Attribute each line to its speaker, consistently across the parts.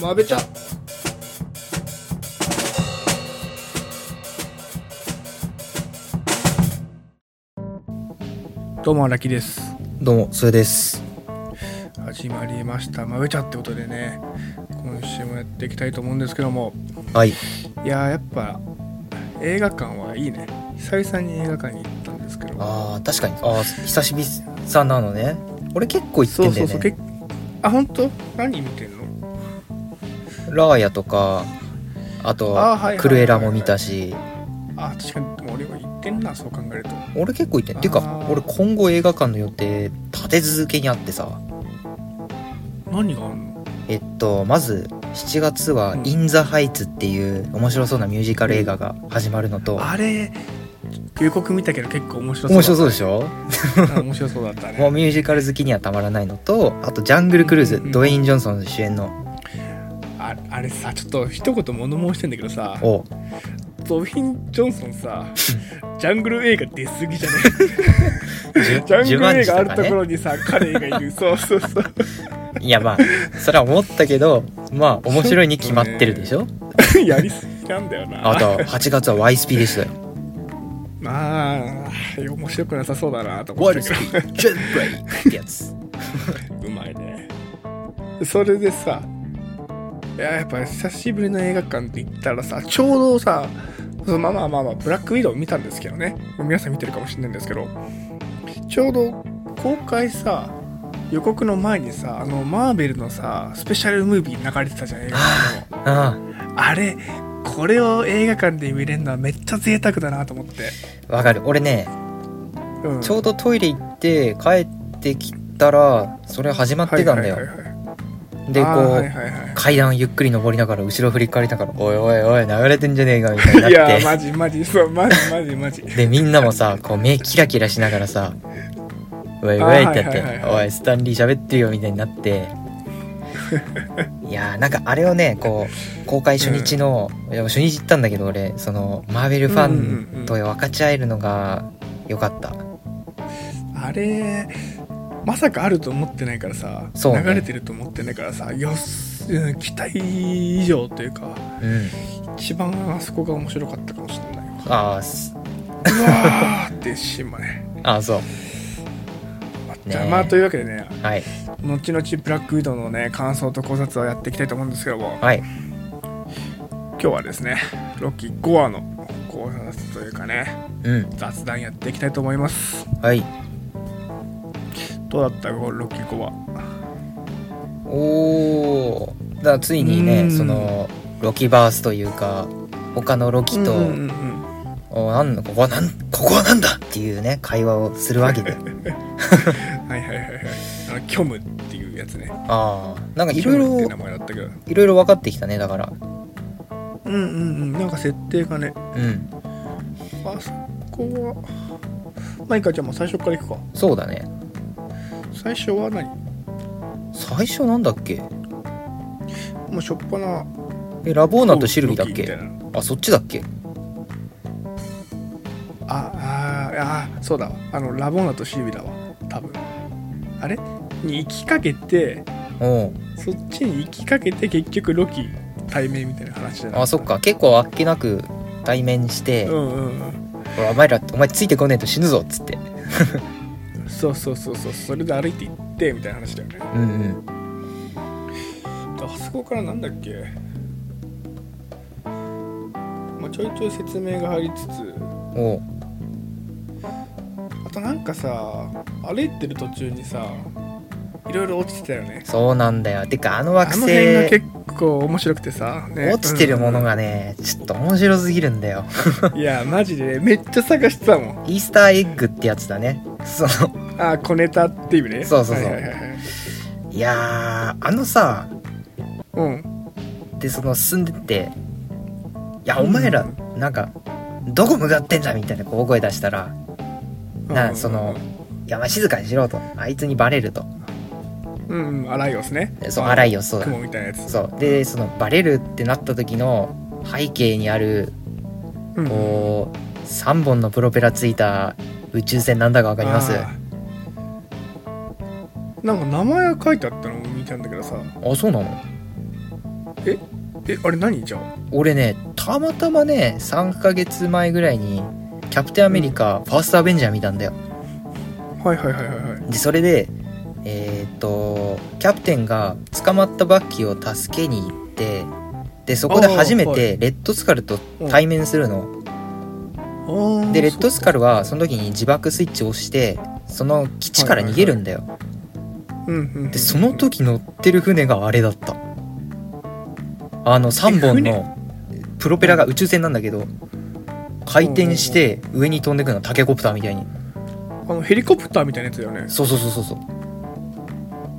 Speaker 1: まべちゃどうも荒木です
Speaker 2: どうも、それです。
Speaker 1: 始まりましたまべちゃってことでね今週もやっていきたいと思うんですけども
Speaker 2: はい。
Speaker 1: いやーやっぱ映画館はいいね久々に映画館に行ったんですけど
Speaker 2: ああ、確かに。ああ、久しぶりさんなのね。俺結構行って
Speaker 1: そうん
Speaker 2: だ
Speaker 1: そ
Speaker 2: よ
Speaker 1: うそう
Speaker 2: ね。
Speaker 1: けあ本当何見てんの
Speaker 2: ラーヤとか、あと
Speaker 1: あーはいはいはいはい、
Speaker 2: クルエラも見たし、
Speaker 1: あ確かにでも俺は行ってんなそう考えると
Speaker 2: 俺結構行ってんていう
Speaker 1: あ
Speaker 2: か、
Speaker 1: ー
Speaker 2: 俺今後映画館の予定、立て続けにあってさ。
Speaker 1: 何があんの
Speaker 2: えっと、まず、7月は、イン・ザ・ハイツっていう面白そうなミュージカル映画が始まるのと、
Speaker 1: あれ予告見たけど結構面白そう
Speaker 2: 面白そうで
Speaker 1: し
Speaker 2: しょ
Speaker 1: ょ 面白そうだった
Speaker 2: も
Speaker 1: ね
Speaker 2: うミュージカル好きにはたまらないのと、あと、ジャングル・クルーズ、
Speaker 1: うん
Speaker 2: ドウェイン・ジョンソン主演の、
Speaker 1: ああれさちょっと一言物申してんだけどさ
Speaker 2: を、
Speaker 1: ゾフィン・ジョンソンさジャングル映画出過ぎじゃない ジャングル映画あるところにさ、彼がいるそうそうそう
Speaker 2: いやまあそれは思ったけどまあ面白いに決まってるでしょ
Speaker 1: やりすぎなんだよな
Speaker 2: あと8月は YSP でしたよ
Speaker 1: まあ面白くなさそうだなと思って
Speaker 2: YSP ジェッブレイクってやつ
Speaker 1: うまいねそれでさいややっぱ久しぶりの映画館って言ったらさちょうどさそのまあまあまあまあブラックウィドウ見たんですけどね皆さん見てるかもしれないんですけどちょうど公開さ予告の前にさあのマーベルのさスペシャルムービー流れてたじゃん映画館の
Speaker 2: あ
Speaker 1: あれこれを映画館で見れるのはめっちゃ贅沢だなと思って、
Speaker 2: あわかる俺ね
Speaker 1: うん、
Speaker 2: ちょうどトイレ行って帰ってきたらそれ始まってたんだよ、
Speaker 1: はいはいはいはい
Speaker 2: でこ
Speaker 1: あ
Speaker 2: う、
Speaker 1: ーはいはいはい
Speaker 2: 階段をゆっくり登りながら後ろ振り返りながら「おいおいおい流れてんじゃねえか」みたいに
Speaker 1: い
Speaker 2: なっ
Speaker 1: や
Speaker 2: て
Speaker 1: マジマジそうマジマジマジ
Speaker 2: でみんなもさこう目キラキラしながらさ「おい
Speaker 1: あ
Speaker 2: お」
Speaker 1: はいい
Speaker 2: ってやって
Speaker 1: はい
Speaker 2: 「
Speaker 1: はい
Speaker 2: おいスタンリー喋ってるよ」みたいになっていやーなんかあれをねこう公開初日の、いや初日行ったんだけど俺そのマーベルフ
Speaker 1: う
Speaker 2: ァ
Speaker 1: んうんう
Speaker 2: ン
Speaker 1: ん
Speaker 2: と分かち合えるのが良かった、
Speaker 1: あれまさかあると思ってないからさ、
Speaker 2: そうね
Speaker 1: 流れてると思ってないからさよしうん期待以上というか
Speaker 2: うん
Speaker 1: 一番あそこが面白かったかもしれないわ
Speaker 2: あーす
Speaker 1: うわーってしまね
Speaker 2: あーそう
Speaker 1: まあじゃあ
Speaker 2: ねえ
Speaker 1: まあというわけでね
Speaker 2: はい
Speaker 1: 後々ブラックウィドウのね感想と考察をやっていきたいと思うんですけども
Speaker 2: はい
Speaker 1: 今日はですねロッキー5話の考察というかね
Speaker 2: うん
Speaker 1: 雑談やっていきたいと思います
Speaker 2: はい
Speaker 1: どうだったこのロッキー5話
Speaker 2: おーだからついにね
Speaker 1: うん
Speaker 2: そのロキバースというか他のロキと、
Speaker 1: うんうんうん
Speaker 2: おなんだここはなんここはなんだっていうね会話をするわけ で
Speaker 1: はいはいはいはいあの虚無っていうやつね
Speaker 2: ああなんかいろい
Speaker 1: キョムって
Speaker 2: ろ
Speaker 1: 名前だったけど
Speaker 2: いろいろ分かってきたねだから
Speaker 1: うんうんうんなんか設定がね
Speaker 2: うん
Speaker 1: あそこはマイカちゃんも最初から行くか
Speaker 2: そうだね
Speaker 1: 最初は何も
Speaker 2: 最初なんだっけ
Speaker 1: うしょっぱな
Speaker 2: えラボーナとシルビーだっ
Speaker 1: ロキみ
Speaker 2: け
Speaker 1: たいな
Speaker 2: あそっちだっけ
Speaker 1: ああーあーそうだわあのラボーナとシルビーだわ多分あれに行きかけて
Speaker 2: おう
Speaker 1: そっちに行きかけて結局ロキ対面みたいな話じゃない
Speaker 2: あそっか結構あっけなく対面して
Speaker 1: うんうん
Speaker 2: 「ほらお前らお前ついてこねえと死ぬぞ」っつって
Speaker 1: うんそうそうそうそうそれで歩いて行ってみたいな話だよね
Speaker 2: うんうん
Speaker 1: あそこからなんだっけ、まあ、ちょいちょい説明が入りつつ
Speaker 2: おう
Speaker 1: あとなんかさ歩いてる途中にさいろいろ落ちてたよね
Speaker 2: そうなんだよてかあの惑
Speaker 1: あの辺が
Speaker 2: 星
Speaker 1: 結構面白くてさ、ね
Speaker 2: 落ちてるもの、がねちょっと面白すぎるんだよ
Speaker 1: うんいやマジでめっちゃ探してたもん
Speaker 2: イースターエッグってやつだねその
Speaker 1: あ小ネタっていうね
Speaker 2: そうそうそう
Speaker 1: はいはいはいはい
Speaker 2: いやーあのさ
Speaker 1: うん
Speaker 2: でその進んでって「いやお前らなんかどこ向かってんだ」みたいなこう大声出したら「なそのいやまあ静かにしろ」と「あいつにバレると
Speaker 1: うんうんアライオスね」
Speaker 2: そう「
Speaker 1: あ
Speaker 2: 荒いよそうだ
Speaker 1: 雲みたいなや」つ
Speaker 2: そうでそのバレるってなった時の背景にある
Speaker 1: うん
Speaker 2: こう3本のプロペラついた宇宙船なんだかわかります
Speaker 1: あーなんか名前が書いてあったのを見たんだけどさ
Speaker 2: あそうなの
Speaker 1: ええあれ何じゃあ
Speaker 2: 俺ねたまたまね3ヶ月前ぐらいにキャプテンアメリカ、ファーストアベンジャー見たんだよ
Speaker 1: はいはいはいはいはい
Speaker 2: でそれでえーっとキャプテンが捕まったバッキーを助けに行ってでそこで初め
Speaker 1: あーは
Speaker 2: てレッドスカルと対面するの、
Speaker 1: あー
Speaker 2: でレッド
Speaker 1: そ
Speaker 2: スカルはその時に自爆スイッチを押してその基地から逃げるんだよ、
Speaker 1: うんうんうんうん
Speaker 2: でその時乗ってる船があれだったあの3本のプロペラが宇宙船なんだけど回転して上に飛んでくのタケコプターみたいに
Speaker 1: あのヘリコプターみたいなやつだよね
Speaker 2: そうそうそうそうそう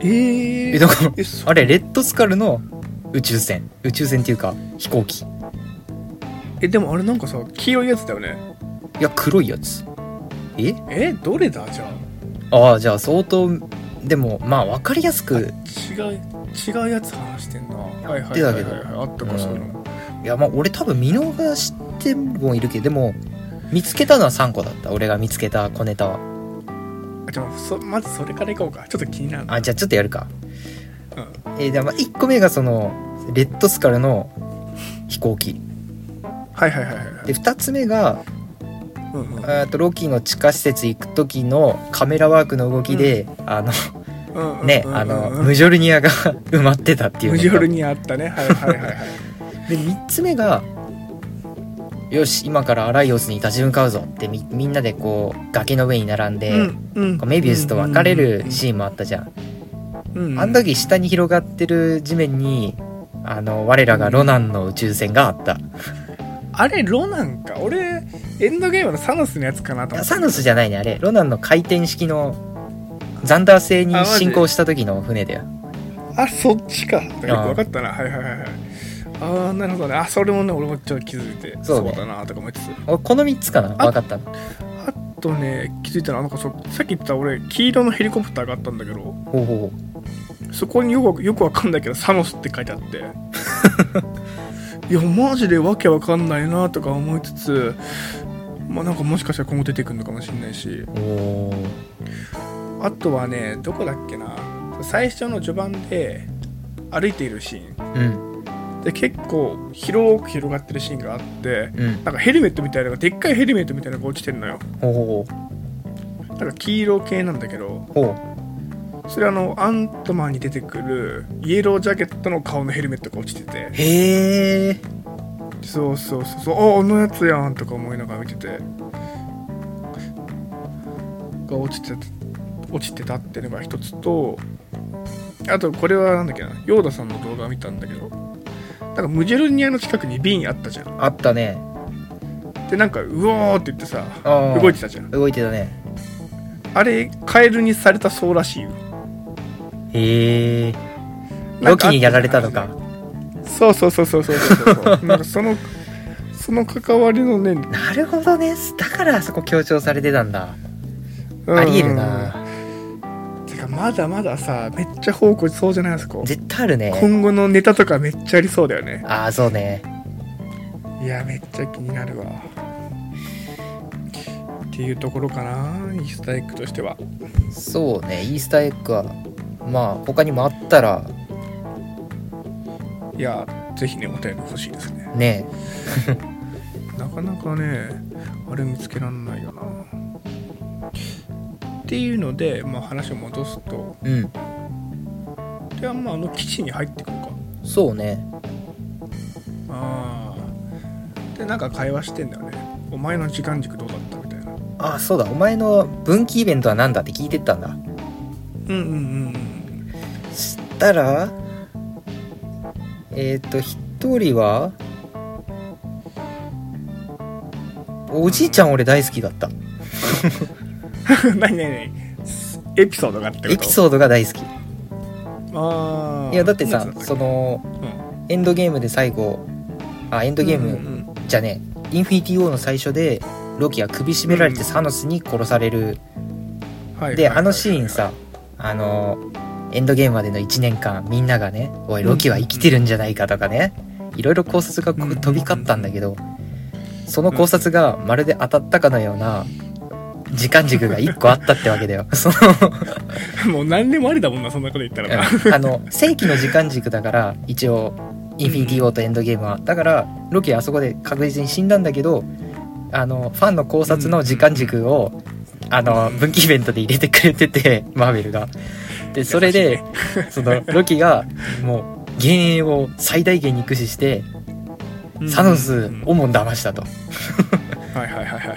Speaker 1: ええ
Speaker 2: えだから
Speaker 1: えそ
Speaker 2: あれレッドスカルの宇宙船宇宙船っていうか飛行機い
Speaker 1: えでもあれなんかさ黄色いやつだよね
Speaker 2: や黒いやつえ
Speaker 1: えどれだじゃあ
Speaker 2: ああじゃあ相当でもまあ分かりやすく
Speaker 1: 違う違うやつ話してんなはいはいはい
Speaker 2: て
Speaker 1: は
Speaker 2: た
Speaker 1: い
Speaker 2: けど
Speaker 1: はいあったか
Speaker 2: うん
Speaker 1: そういうの
Speaker 2: いやまあ俺多分見逃してもいるけどでも見つけたのは3個だった俺が見つけた小ネタは
Speaker 1: あじゃあそまずそれからいこうかちょっと気になるな
Speaker 2: あじゃあちょっとやるか
Speaker 1: うん
Speaker 2: えー、でまあ1個目がそのレッドスカルの飛行機
Speaker 1: はいはいはいはいはい
Speaker 2: で2つ目が
Speaker 1: うんうん
Speaker 2: えーとロキの地下施設行く時のカメラワークの動きで、あの
Speaker 1: うんうん
Speaker 2: ね、
Speaker 1: うんうん
Speaker 2: あのムジョルニアが 埋まってたっていう
Speaker 1: ムジョル
Speaker 2: ニ
Speaker 1: にあったねはいはい はいはい
Speaker 2: で3つ目がよし今からアライオスに立ち向かうぞってみみんなでこう崖の上に並んで、
Speaker 1: うん
Speaker 2: こうメビウスと別れるシーンもあったじゃん、
Speaker 1: うんうん
Speaker 2: あの時下に広がってる地面にあの我らがロナンの宇宙船があった
Speaker 1: あれロなんか俺エンドゲームのサノスのやつかなと思
Speaker 2: いや
Speaker 1: っ
Speaker 2: サノスじゃないねあれロナンの回転式のザンダー星に
Speaker 1: あマジ
Speaker 2: 進行した時の船だよ
Speaker 1: たあそっちかよく分かったなはいはいはいはいああなるほどねあそれもね俺もちょっと気づいて
Speaker 2: そうね
Speaker 1: だなとか思いつつ
Speaker 2: おこの3つかな
Speaker 1: あ
Speaker 2: 分かったの
Speaker 1: あとね気づいたのはなんかそうさっき言った俺黄色のヘリコプターがあったんだけど
Speaker 2: ほうほ
Speaker 1: そこによくよくわかんないけど「サノス」って書いてあって いやマジでわけわかんないなとか思いつつまあなんかもしかしたら今後出てくるのかもしれないし
Speaker 2: うおー
Speaker 1: あとはねどこだっけな最初の序盤で歩いているシー
Speaker 2: うん
Speaker 1: ンで結構広く広がってるシーンがあって
Speaker 2: うん
Speaker 1: なんかヘルメットみたいなのがでっかいヘルメットみたいなのが落ちてるのよ
Speaker 2: ほうほ
Speaker 1: なんか黄色系なんだけど
Speaker 2: うほうほ
Speaker 1: それあのアントマンに出てくるイエロージャケットの顔のヘルメットが落ちてて
Speaker 2: うへえ
Speaker 1: そうそうそうそうあああのやつやんとか思いながら見ててが落ちて落ちてたっていうのが一つとあとこれはなんだっけなヨーダさんの動画を見たんだけどなんかムジェルニアの近くに瓶あったじゃん
Speaker 2: あったね
Speaker 1: でなんかうおーって言ってさ
Speaker 2: あー
Speaker 1: 動いてたじゃん
Speaker 2: 動いてたね
Speaker 1: あれカエルにされたそうらしいよ
Speaker 2: へえ
Speaker 1: なんかあっ
Speaker 2: ロキ
Speaker 1: たじゃん
Speaker 2: にやられたのか
Speaker 1: そうそうそうそうそうそうそう なんかそのその関わりのね、
Speaker 2: なるほどねだからあそこ強調されてたんだ
Speaker 1: うん
Speaker 2: ありえるな
Speaker 1: てかまだまださめっちゃ方向そうじゃないですか
Speaker 2: 絶対あるね
Speaker 1: 今後のネタとかめっちゃありそうだよね
Speaker 2: ああそうね
Speaker 1: いやめっちゃ気になるわっていうところかなイースターエッグとしては
Speaker 2: そうねイースターエッグはまあ他にもあったら
Speaker 1: いやぜひねお便り欲しいですね
Speaker 2: ね
Speaker 1: なかなかねあれ見つけらんないよなっていうので、まあ、話を戻すと
Speaker 2: うん
Speaker 1: ではまああの基地に入ってくるか
Speaker 2: そうね
Speaker 1: ああでなんか会話してんだよねお前の時間軸どうだったみたいな
Speaker 2: あそうだお前の分岐イベントは何だって聞いてったんだ
Speaker 1: うんうんうん
Speaker 2: したらえっ、と一人はおじいちゃん俺大好きだった
Speaker 1: うん 何何何エピソードがあってこと
Speaker 2: エピソードが大好き
Speaker 1: あー
Speaker 2: いやだって
Speaker 1: そ
Speaker 2: さ
Speaker 1: うなんだ
Speaker 2: その
Speaker 1: うん
Speaker 2: エンドゲームで最後あエンドゲーム、
Speaker 1: うんうん
Speaker 2: じゃねインフィニティ・ウォーの最初でロキが首絞められてサノスに殺される、
Speaker 1: うんはい
Speaker 2: で
Speaker 1: はいはい
Speaker 2: あのシー ンさあのエンドゲームまでの1年間みんながね「おいロキは生きてるんじゃないか」とかねいろいろ考察がこう
Speaker 1: うん
Speaker 2: 飛び交ったんだけどその考察がまるで当たったかのような時間軸が1個あったってわけ だよ。その
Speaker 1: もう何でもありだもんなそんなこと言ったらな、
Speaker 2: うんあの正規の時間軸だから一応インフィニティ・ウォーとエンドゲームはだからロキはあそこで確実に死んだんだけどあのファンの考察の時間軸を、あの分岐イベントで入れてくれてて マーベルが。でそれで、そのロキがもう幻影を最大限に駆使してサノス
Speaker 1: うん
Speaker 2: をも騙したと。
Speaker 1: はいはいはいはいはいは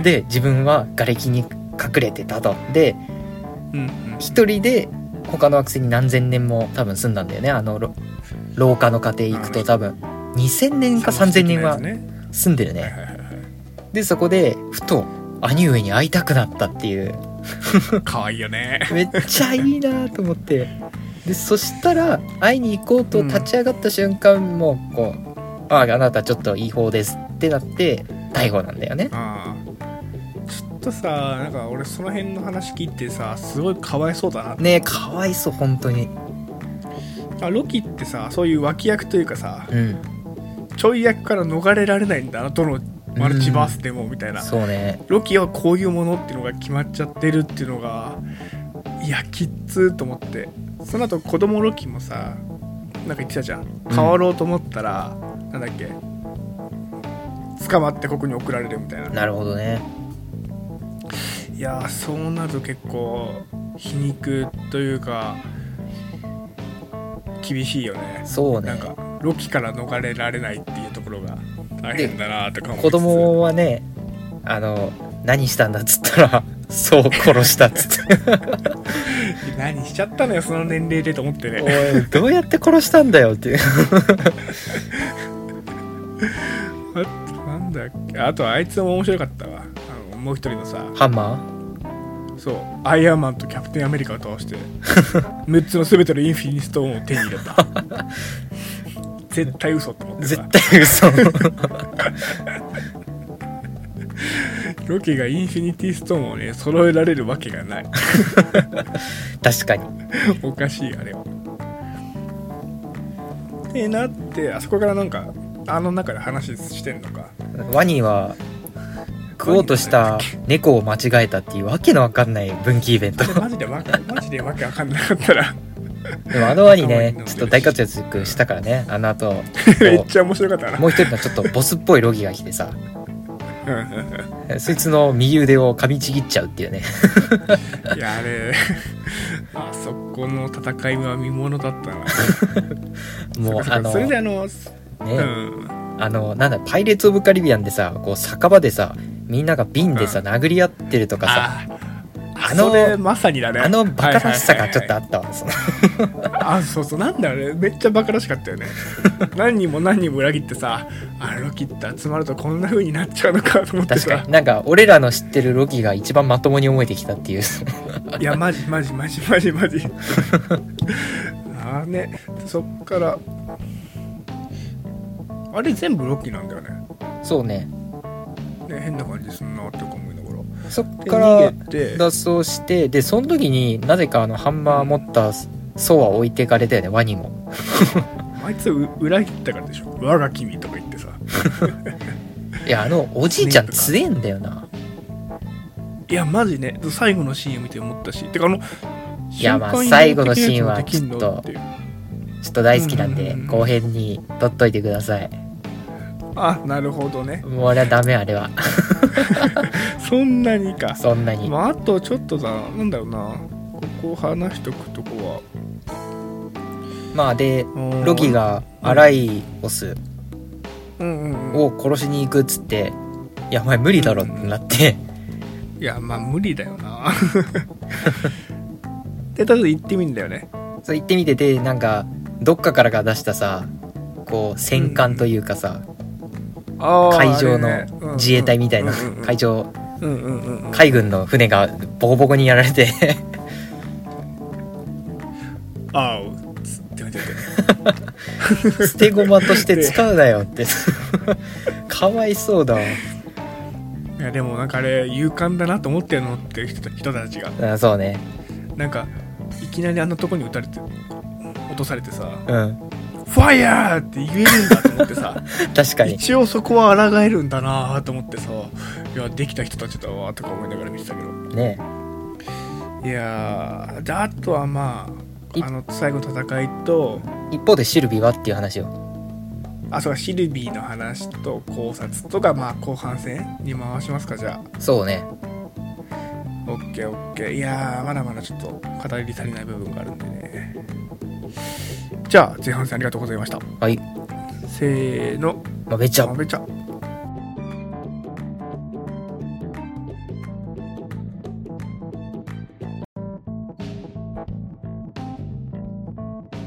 Speaker 1: い
Speaker 2: で自分は瓦礫に隠れてたと。で
Speaker 1: うんうん
Speaker 2: 一人で他の惑星に何千年も多分住んだんだよねあのろ廊下の家庭行くと多分2000年か3000年は
Speaker 1: サノス的なやつね
Speaker 2: 住んでる
Speaker 1: はい
Speaker 2: ね
Speaker 1: はいはいは
Speaker 2: でそこでふと兄上に会いたくなったっていう
Speaker 1: い可愛いよね
Speaker 2: めっちゃいいなと思ってでそしたら会いに行こうと立ち上がった瞬間、もうこう「あああなたちょっといい方です」ってなって逮捕なんだよね
Speaker 1: ああちょっとさなんか俺その辺の話聞いてさすごいかわいそうだな
Speaker 2: ねえかわいそう本当に
Speaker 1: あロキってさそういう脇役というかさ
Speaker 2: うん
Speaker 1: ちょい役から逃れられないんだなどのマルチバースでもみたいな
Speaker 2: そうね
Speaker 1: ロキはこういうものっていうのが決まっちゃってるっていうのがいやきっつーと思ってその後子供ロキもさなんか言ってたじゃん変わろうと思ったら、なんだっけ捕まってここに送られるみたいな
Speaker 2: なるほどね
Speaker 1: いやーそうなると結構皮肉というか厳しいよね
Speaker 2: そうね
Speaker 1: なんかロキから逃れられないっていうところが大変だなとか思いつつ
Speaker 2: 子供はねあの何したんだっつったら そう殺したっつって
Speaker 1: 何しちゃったのよその年齢でと思って
Speaker 2: お
Speaker 1: ね
Speaker 2: いどうやって殺したんだよっていう
Speaker 1: あとなんだっけあとあいつも面白かったわあのもう一人のさ
Speaker 2: ハンマ
Speaker 1: そうアイアンマンとキャプテンアメリカを倒 して6つの全てのインフィニストーンを手に入れた絶対嘘って思っ
Speaker 2: ー
Speaker 1: て
Speaker 2: 絶
Speaker 1: さ
Speaker 2: 対 嘘
Speaker 1: ロキがインフィニティストーンをね揃えられるわけがない
Speaker 2: 確かに
Speaker 1: おかしいあれはってなってあそこからなんかあの中で話してんのか
Speaker 2: ワニは食おうとした猫を間違えたっていうわけのわかんない分岐イベント
Speaker 1: マジでわけマジでわけわかんなかった ら
Speaker 2: でもあのワニ
Speaker 1: ワニ飲ん
Speaker 2: ね
Speaker 1: でるし
Speaker 2: ちょっと大活躍したからねあの後こ
Speaker 1: めっちゃ面白かった
Speaker 2: う
Speaker 1: な
Speaker 2: もう一人のちょっとボスっぽいロギが来てさ
Speaker 1: うんうんうん
Speaker 2: そいつの右腕を噛みちぎっちゃうっていうね
Speaker 1: いやあれ あそこの戦いは見ものだったな
Speaker 2: もうあ の
Speaker 1: それで
Speaker 2: ね
Speaker 1: あの、うん
Speaker 2: あのなんだパイレーツ・オブ・カリビアンでさこう酒場でさみんなが瓶でさ、
Speaker 1: うん
Speaker 2: 殴り合ってるとかさ
Speaker 1: あ
Speaker 2: あ
Speaker 1: あ
Speaker 2: の
Speaker 1: のそれまさにだね
Speaker 2: あのバカらしさがちょっとあ
Speaker 1: はい
Speaker 2: ったわその
Speaker 1: はいはいはいあそうそうなんだあれめっちゃバカらしかった よね何人も何人も裏切ってさあロキって集まるとこんな風になっちゃうのかと思って
Speaker 2: 確か
Speaker 1: さ
Speaker 2: になんか俺らの知ってるロキが一番まともに思えてきたっ ていう
Speaker 1: いやマジマジマジマジマジあーねそっからあれ全部ロキなんだよね
Speaker 2: そうね
Speaker 1: ね変な感じすんなって思いながら
Speaker 2: そっ
Speaker 1: で
Speaker 2: から
Speaker 1: 逃げて
Speaker 2: 脱走してでその時になぜかあのハンマー持ったソは置いていかれたよねワニも
Speaker 1: あいつう裏切ったからでしょ我が君とか言ってさ
Speaker 2: いやあのおじいちゃん強えんだよない
Speaker 1: やマジね最後のシーンを見て思ったしてかあのい
Speaker 2: やまあ最後のシーンはちょっとちょっと大好きなん
Speaker 1: うん
Speaker 2: で
Speaker 1: うんうん
Speaker 2: 後編に取っといてください
Speaker 1: あなるほどね
Speaker 2: もう俺はダメあれは
Speaker 1: そんなにか
Speaker 2: そんなに
Speaker 1: まああとちょっとだなんだろうなここ話しとくとこ
Speaker 2: まあで
Speaker 1: は
Speaker 2: ロキがアライオス
Speaker 1: うんうんうん
Speaker 2: を殺しに行くっつって「いやお前無理だろ」ってなって
Speaker 1: いやまあ無理だよな でとりあえず行ってみるんだよね
Speaker 2: そう行ってみててなんかどっかからが出したさこう戦艦というかさ
Speaker 1: あー
Speaker 2: 海上
Speaker 1: あれねうんう
Speaker 2: の
Speaker 1: ん
Speaker 2: 自衛隊みたいな
Speaker 1: うんうんうん
Speaker 2: 海上
Speaker 1: うんうんうんうん
Speaker 2: 海軍の船がボコボコにやられ て
Speaker 1: あーつって待って待って
Speaker 2: 捨て駒として使うなよって かわいそうだわ
Speaker 1: いやでもなんかあれ勇敢だなと思ってるのっていう人た人たちが
Speaker 2: うんそうね
Speaker 1: なんかいきなりあんなとこに撃たれて落とされてさ
Speaker 2: うん
Speaker 1: 「ファイヤー!」って言えるんだと思ってさ
Speaker 2: 確かに
Speaker 1: 一応そこは抗えるんだなと思ってさいやできた人たちだわとか思いながら見てたけど
Speaker 2: ね
Speaker 1: いやーであとはま
Speaker 2: い
Speaker 1: ああの最後の戦いと
Speaker 2: 一方でシルビはっていう話を
Speaker 1: あそうかシルビーの話と考察とかまあ後半戦に回しますかじゃあ
Speaker 2: そうね
Speaker 1: オッケーオッケーいやーまだまだちょっと語り足りない部分があるんでねじゃあ前半戦ありがとうございました
Speaker 2: はい、
Speaker 1: せーの
Speaker 2: まあ、めっちゃ
Speaker 1: まめちゃん